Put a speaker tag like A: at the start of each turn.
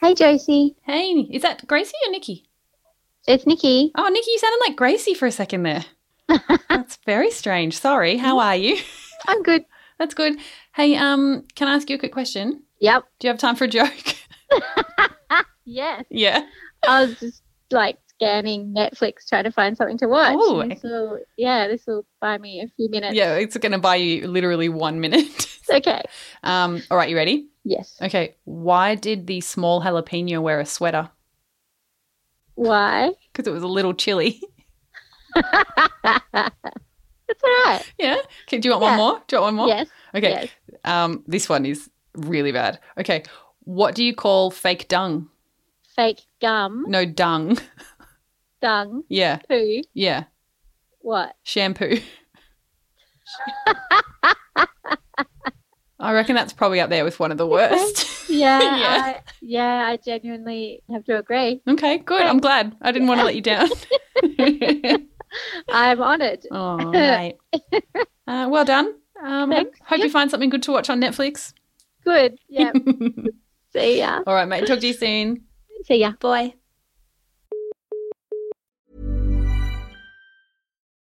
A: Hey, Josie.
B: Hey, is that Gracie or Nikki?
A: It's Nikki.
B: Oh, Nikki, you sounded like Gracie for a second there. That's very strange. Sorry. How are you?
A: I'm good.
B: That's good. Hey, um, can I ask you a quick question?
A: Yep.
B: Do you have time for a joke?
A: Yes.
B: yeah.
A: I was just like scanning Netflix trying to find something to watch.
B: Oh,
A: and this will, yeah, this will buy me a few minutes.
B: Yeah, it's going to buy you literally one minute.
A: Okay.
B: um, all right, you ready?
A: Yes.
B: Okay. Why did the small jalapeno wear a sweater?
A: Why?
B: Because it was a little chilly.
A: That's all right.
B: yeah. Okay. Do you want one
A: Yeah.
B: more? Do you want one more?
A: Yes.
B: Okay.
A: Yes.
B: Um, this one is really bad. Okay. What do you call fake dung?
A: Fake gum,
B: No, dung.
A: dung,
B: Yeah.
A: poo,
B: Yeah.
A: what?
B: shampoo. I reckon that's probably up there with one of the worst.
A: Yeah.
B: Yeah.
A: I, yeah, I genuinely have to agree.
B: okay, good. I'm glad. I didn't want to let you down.
A: I'm honoured.
B: oh, mate. Uh, well done. Um,
A: Thanks.
B: Hope you find something good to watch on Netflix.
A: Good. Yeah. See ya.
B: All right, mate. Talk to you soon.
A: See ya.
B: Bye.